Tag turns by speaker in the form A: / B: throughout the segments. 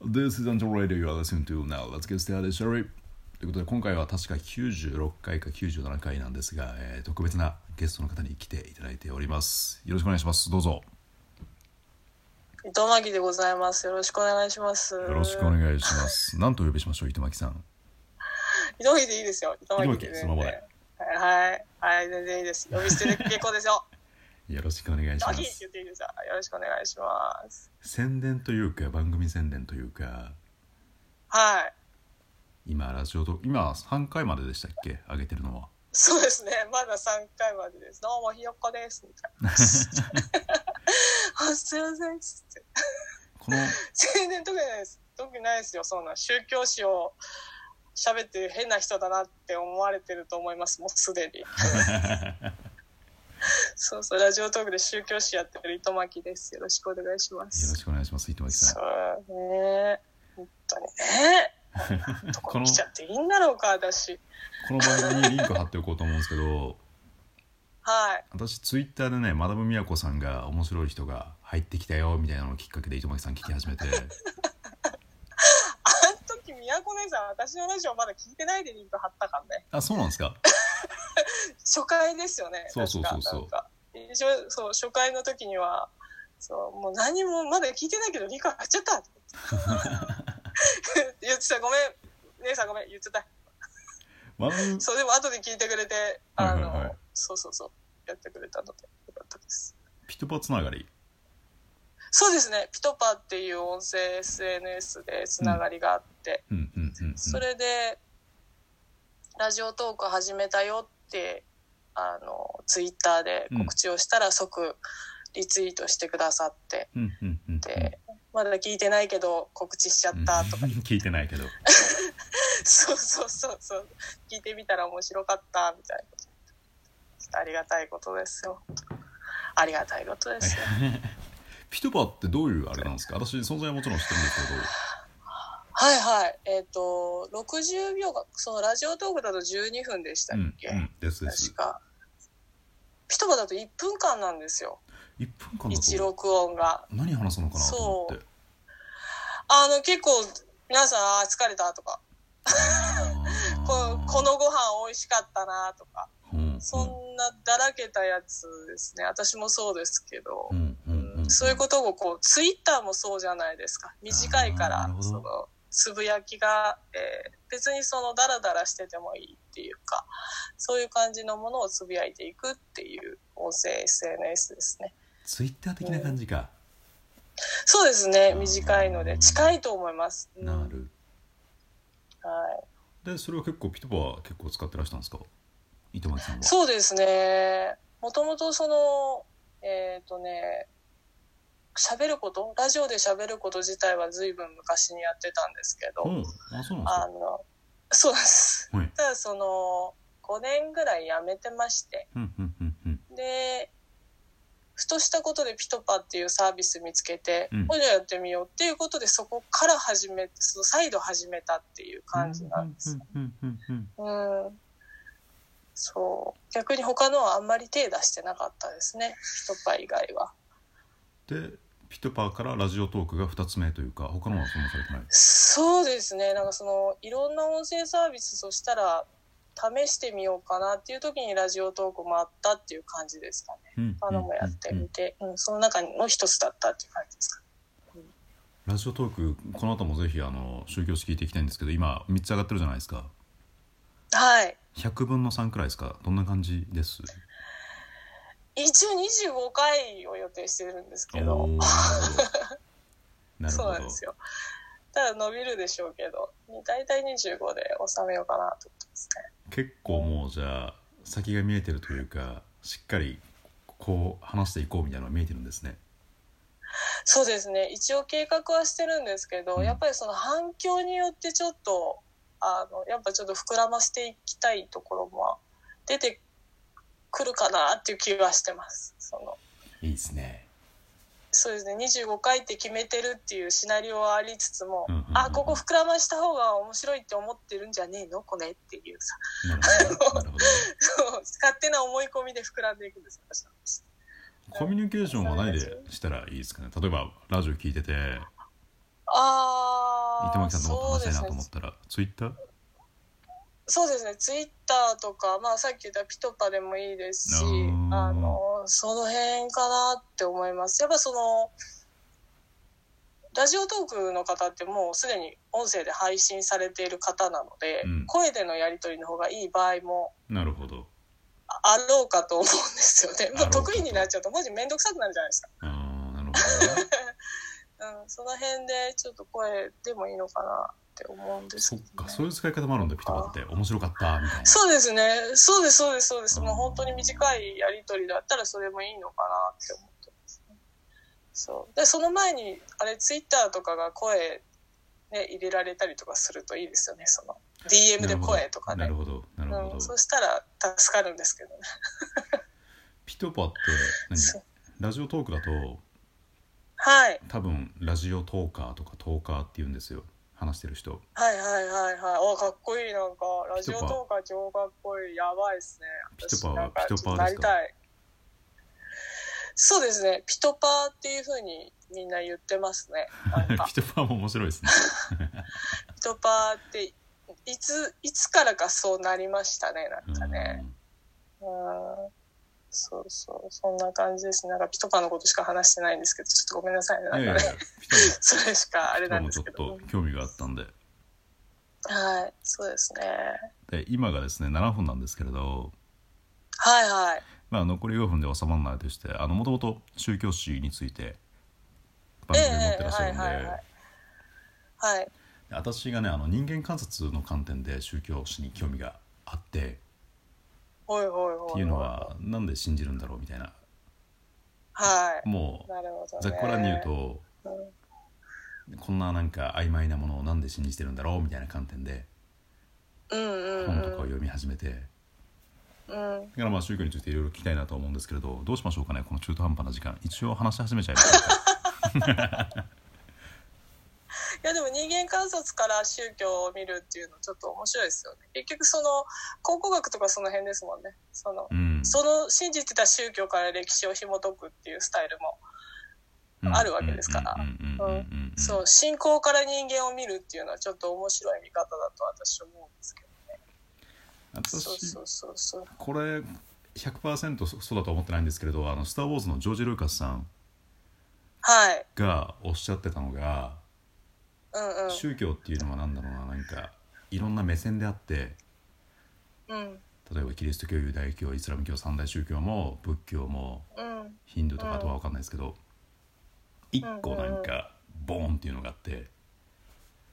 A: This is Until Radio you are listening to now. Let's get started, shall we? ということで今回は確か96回か97回なんですが、えー特別なゲストの方に来ていただいております。よろしくお願いします。どうぞ。
B: 糸巻でございます。よろしくお願いします。よ
A: よろしくお願いします。なんとお呼びしましょう、糸巻さん。
B: 糸巻でいいですよ。糸巻で全然
A: 糸巻そのままで
B: はい、はい、全然いいです。呼び捨てで結構で すよ。
A: よろしくお願いし
B: 糸
A: ま
B: 巻って
A: す
B: 言。っていいですよ。よろしくお願いします。
A: 宣伝というか、番組宣伝というか、
B: はい、
A: 今、ラジオと、今、3回まででしたっけ上げてるのは。
B: そうですね。まだ三回までです。どうもひよっこです。みたい な。 あ、すいません。つって
A: この、
B: 全然特にないです。特にないですよ。そんな宗教史を。喋ってる変な人だなって思われてると思います。もうす でに。そうそう、ラジオトークで宗教史やってる糸巻です。よろしくお願いしま
A: よろ
B: す。
A: しくお願いします、糸巻さ
B: そうね。本当にね。
A: ん。
B: ど
A: こ
B: こ
A: の
B: 来ちゃっていいんだろうか、私。
A: この番組にリンク貼っておこうと思うんですけど
B: はい。
A: 私ツイッターでねマダム美和子さんが面白い人が入ってきたよみたいなのをきっかけで糸巻さん聞き始 めて
B: あの時、宮古姉さん、私のラジオまだ聞いてないでリンク貼ったからね。
A: あそうなんですか
B: 初回ですよね。
A: そうそうそうそう
B: 確かなんか一応、そう、初回の時には、そう、もう何もまだ聞いてないけどリンク貼っちゃ った。言ってた、ごめん。姉さんごめん、言ってた。
A: マダム
B: そうでも後で聞いてくれて、あの、
A: はいはいはい
B: そうそうそうやってくれたのでよかったです。
A: ピトパつながり
B: そうですね。ピトパっていう音声 SNS でつながりがあって、
A: うんうんうん、うん、
B: それでラジオトーク始めたよってあのツイッターで告知をしたら即リツイートしてくださって、
A: うんうんうんうん
B: でまだ聞いてないけど告知しちゃったとか、
A: うん聞いてないけど
B: そうそうそうそう聞いてみたら面白かったみたいなちょっとありがたいことですよありがたいことで すよ
A: ピトパってどういうあれなんですか私存在はもちろん知ってるんですけど
B: はいはいえっ、と60秒がそのラジオトークだと12分でしたっ
A: うん
B: け、
A: うんですです
B: 確か一晩だと1分間なんですよ
A: 1分間だ
B: 一
A: と
B: 録音が
A: 何話すのかなと思って
B: あの結構皆さんあー疲れたとかこ
A: あー
B: このご飯美味しかったなとか
A: うんうん
B: そんなだらけたやつですね私もそうですけど、
A: うんうんうん
B: そういうことをこうツイッターもそうじゃないですか短いか
A: あーなる
B: ら
A: ほど
B: そのつぶやきが、えー別にそのダラダラしててもいいっていうかそういう感じのものをつぶやいていくっていう音声 SNS ですね
A: ツイッター的な感じか、
B: そうですね短いので近いと思います、うん
A: なる
B: はい、
A: でそれは結構ピトパは結構使ってらしたんですか糸巻さんは
B: そうですねもともとそのえっ、とね喋ることラジオで喋ること自体は随分昔にやってたんですけど、
A: うんあそうなん
B: あの、そうなんです。
A: はい
B: ただその、5年ぐらい辞めてまし
A: です
B: て、
A: かうんうんうん
B: で、ふとしたことでピトパっていうサービス見つけて、
A: うん
B: これじゃあやってみようっていうことで、そこから始め、その再度始めたっていう感じなんです。
A: うんうんうん
B: うん。そう。逆に他のはあんまり手出してなかったですね。ピトパ以外は。
A: うんでピトパからラジオトークが2つ目というか他のはそんなされてない
B: そうですねなんかそのいろんな音声サービスそしたら試してみようかなっていう時にラジオトークもあったっていう感じですかね
A: うん
B: 他のもやってみて、うんその中の一つだったっていう感じですかね
A: ラジオトークこの後もぜひあの宗教史聞いていきたいんですけど今3つ上がってるじゃないですか
B: はい
A: 100分の3くらいですかどんな感じです
B: 一応25回を予定してるんですけど
A: おーなるほ
B: そ
A: ど
B: うなんですよただ伸びるでしょうけど大体25で収めようかなと思ってますね
A: 結構もうじゃあ先が見えてるというかしっかりこう話していこうみたいなのが見えてるんですね
B: そうですね一応計画はしてるんですけど、
A: うん
B: やっぱりその反響によってちょっとあのやっぱちょっと膨らませていきたいところも出てくるかなっていう気はしてますその
A: いいですね
B: そうですね25回って決めてるっていうシナリオはありつつも、
A: うんうんうん
B: あここ膨らました方が面白いって思ってるんじゃねえのこれっていうさ
A: なるほどなるほど
B: そう勝手な思い込みで膨らんでいくんです私の話
A: コミュニケーションは何でしたらいいですかね例えばラジオ聞いてて
B: ああ
A: 糸
B: ー
A: 巻さんともっと話したいなと思
B: そうですね
A: ったらツイッター
B: そうですね、ツイッターとか、まあ、さっき言ったピトパでもいいですし
A: あー、
B: あの、その辺かなって思います。やっぱその、ラジオトークの方ってもうすでに音声で配信されている方なので、
A: うん
B: 声でのやり取りの方がいい場合も
A: なるほど
B: あろうかと思うんですよね。
A: あろう
B: も
A: か
B: う
A: と
B: 得意になっちゃうと文字めんどくさくなるじゃないですか。
A: あーなるほ
B: うん、その辺でちょっと声でもいいのかなって思うんで
A: ど
B: す
A: そ
B: け
A: っ
B: どね、
A: かそういう使い方もあるんだピトパって面白かったみたいな
B: そうですね。そうです、そうです、そうです。
A: うん
B: もう本当に短いやりとりだったらそれもいいのかなって思ってますね。そう。で、その前に、あれ、ツイッターとかが声、ね、入れられたりとかするといいですよね。その、DM で声とか
A: な
B: ね
A: る。ほどなるほどなる
B: う
A: ほ
B: ん、
A: ど
B: そしたら助かるんですけどね。
A: ピトパって
B: そう
A: 何ラジオトークだと
B: はい。
A: 多分ラジオトーカーとかトーカーって言うんですよ話してる人
B: はいはいはいはい。おかっこいい。なんか、ラジ
A: ピ
B: オ
A: トパ
B: とか超かっこいい。やばいですね。
A: ピトパは
B: なんか
A: ピトパですか
B: なりたい。そうですね。ピトパーっていうふうにみんな言ってますね。なん か
A: ピトパも面白いですね
B: ピトパーって、いつ、いつからかそうなりましたね、なんかね。うん。そうそう。そんな感じですね。なんかピトパーのことしか話してないんですけど、ちょっとごめんなさいね。
A: うんい
B: な
A: や
B: ん
A: い
B: か
A: や
B: ね。
A: ピトパ
B: それしかあ
A: ピト
B: れ
A: パ
B: なん
A: も
B: で
A: ちょ
B: す
A: っ
B: けど
A: と。興味があったんで
B: はい。そうですね。
A: で今がですね7分なんですけれど、
B: はいはい。
A: まあ、残り5分で収まらないとしてもともと宗教史について番組を持ってらっしゃるんで、
B: ええはいはいはいはい。
A: 私がねあの人間観察の観点で宗教史に興味があって
B: ほいほいほい。
A: っていうの。はなんで信じるんだろうみたいな
B: は
A: も
B: い。なるほど、
A: う
B: ね。
A: ざっくらに言うと
B: うん。
A: こんななんか曖昧なものをなんで信じてるんだろうみたいな観点で
B: うんうん
A: 本とかを読み始めてだ
B: うん。うん。
A: からまあ宗教についていろいろ聞きたいなと思うんですけれどどうしましょうかねこの中途半端な時間一応話し始めちゃいま したか
B: いやでも人間観察から宗教を見るっていうのちょっと面白いですよね。結局その考古学とかその辺ですもんね。その、
A: うん
B: その信じてた宗教から歴史を紐解くっていうスタイルも、あるわけですから
A: うんうんうんうんうんうん
B: そう信仰から人間を見るっていうのはちょっと面白い見方だと私思うんですけど。
A: 私
B: そうそうそうそう。
A: これ100%そそうだとは思ってないんですけれど「あのスター・ウォーズ」のジョージ・ルーカスさん
B: はい。
A: がおっしゃってたのが
B: うんうん。
A: 宗教っていうのは何だろうななんかいろんな目線であって
B: うん
A: 例えばキリスト教ユダヤ教イスラム教三大宗教も仏教も
B: うん
A: ヒンドゥーとかあとは分かんないですけど一個なんかボーンっていうのがあって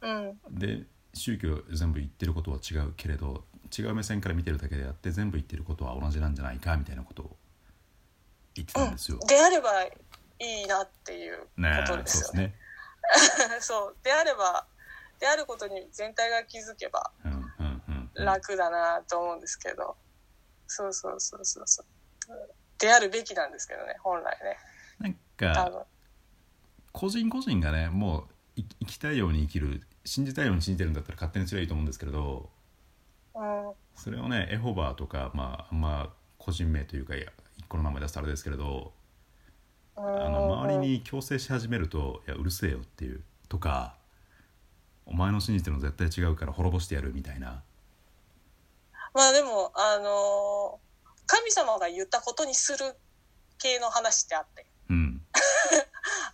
B: うん
A: で宗教全部言ってることは違うけれど違う目線から見てるだけであって全部言ってることは同じなんじゃないかみたいなことを言ってたんですよ。
B: であればいいなっていう
A: ね
B: こと
A: え
B: で
A: そうで
B: すよ
A: す
B: ね。
A: ね。
B: そうであればであることに全体が気づけば
A: うんうんうんうん
B: 楽だなと思うんですけど、そうそうそうそうそうであるべきなんですけどね本来ね
A: なん
B: 多
A: か
B: 分
A: 個人個人がねもうい生きたいように生きる信じたいように信じてるんだったら勝手にすればいいと思うんですけれど
B: うん
A: それをねエホバーとかまああんま個人名というかいや一個の名前出すとあれですけれどあ
B: うん
A: の周りに強制し始めると「いやうるせえよ」っていうとか「お前の信じてるの絶対違うから滅ぼしてやる」みたいな
B: まあでもあのー神様が言ったことにする系の話ってあって
A: うん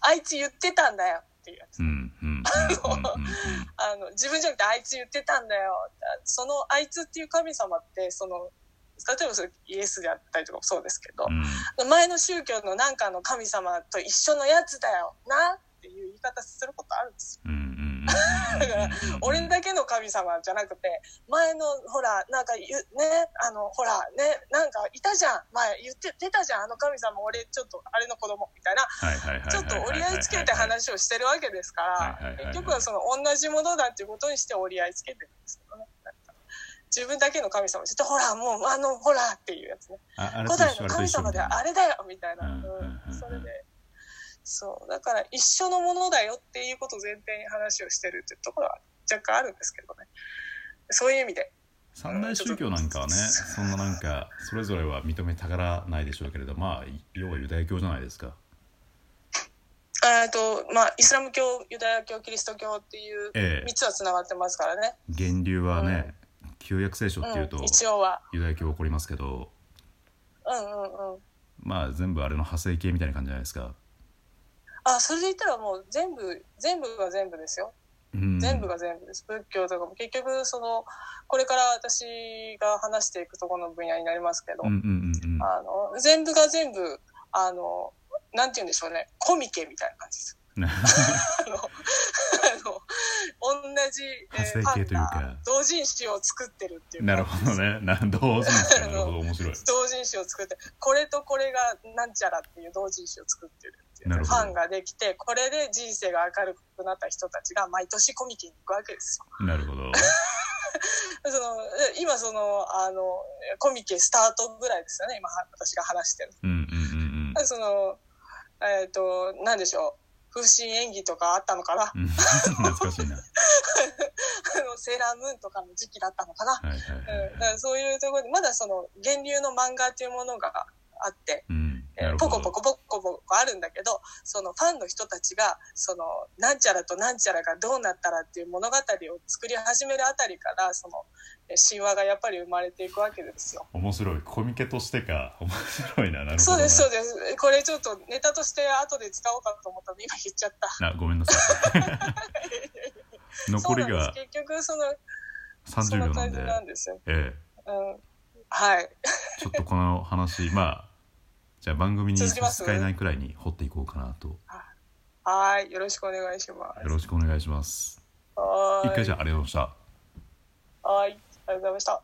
B: あいつ言ってたんだよっていうやつ
A: うんうんうんうんうんうん
B: あの自分じゃなくてあいつ言ってたんだよそのあいつっていう神様ってその例えばそれイエスであったりとかもそうですけど、
A: うん
B: 前の宗教のなんかの神様と一緒のやつだよなっていう言い方することあるんですよ。
A: うんうんうんうんうんうん
B: だから俺だけの神様じゃなくて前のほらなんかゆねあのほらねなんかいたじゃん前言って出たじゃんあの神様俺ちょっとあれの子供みたいな
A: はいはいはいはいはいはいはい
B: ちょっと折り合いつけて話をしてるわけですか
A: はいはいはいは
B: ら
A: い
B: 結局はその同じものだっていうことにして折り合いつけてるんですよね。なんか自分だけの神様ちょっとほらもうあのほらっていうやつね。
A: ああれと
B: 古
A: 一緒あれ
B: 代の
A: と
B: 神
A: 一緒
B: 様
A: み
B: で
A: たいな
B: あれだよみたいな、
A: うん
B: うん
A: うん
B: それでそうだから一緒のものだよっていうことを前提に話をしてるっていうところは若干あるんですけどねそういう意味で
A: 三大宗教なんかはね
B: うん
A: そんななんかそれぞれは認めたがらないでしょうけれどまあ要はユダヤ教じゃないですか
B: えっと、まあ、イスラム教、ユダヤ教、キリスト教っていう
A: ええ
B: 3つはつながってますからね。
A: 源流はね、旧約聖書っていうと、
B: うん、一応は。
A: ユダヤ教起こりますけど
B: うんうんうん。
A: まあ全部あれの派生系みたいな感じじゃないですか、
B: あ、それで言ったらもう全部、全部が全部ですよ。
A: うん、
B: 全部が全部です。仏教とかも結局、その、これから私が話していくところの分野になりますけど、
A: うんうんうんうん
B: あの、全部が全部、あの、なんて言うんでしょうね、コミケみたいな感じ です。あの、あの、同じ、
A: 派生系というか
B: パンダ同人誌を作ってるっていうか
A: なるほどねなどうするんですかなるほど面白い
B: 同人誌を作って、これとこれがなんちゃらっていう同人誌を作ってるっていう
A: なる
B: フ
A: ほど
B: ァンができて、これで人生が明るくなった人たちが毎年コミケに行くわけですよ。
A: なるほど
B: そのえ今その、あの、コミケスタートぐらいですよね、今は私が話してる。
A: うんうんうん
B: その、えっ、と、なんでしょう。風神演技とかあったのかな あ
A: うんうん懐かしいな
B: の、セーラームーンとかの時期だったのかな
A: はいはいは
B: うん
A: い
B: だか
A: はい
B: らそういうところで、まだその、源流の漫画っていうものがあって、
A: うん
B: えー
A: なる
B: ポ
A: ほ
B: コポ
A: ど
B: コポコポコあるんだけど、そのファンの人たちが、その、なんちゃらとなんちゃらがどうなったらっていう物語を作り始めるあたりから、その、えー神話がやっぱり生まれていくわけですよ。
A: 面白いコミケとしてか面白いななるほどな
B: そうです、そうです。これちょっとネタとして後で使おうかと思ったので、今言っちゃった。
A: なごめんなさ い残り
B: そうなん
A: が
B: です結局その、そん
A: 30秒
B: な
A: な
B: 感
A: ん
B: じ
A: で
B: なんですよ。
A: ええ
B: うん。はい。
A: ちょっとこの話まあじゃあ番組に
B: 続き
A: 差
B: ます
A: し支えないくらいに掘っていこうかなとよ
B: はい。よろしくお願いします。
A: ろしくお願いします
B: はーい
A: 一回じゃあありがとうございました
B: はい。ありがとうございました。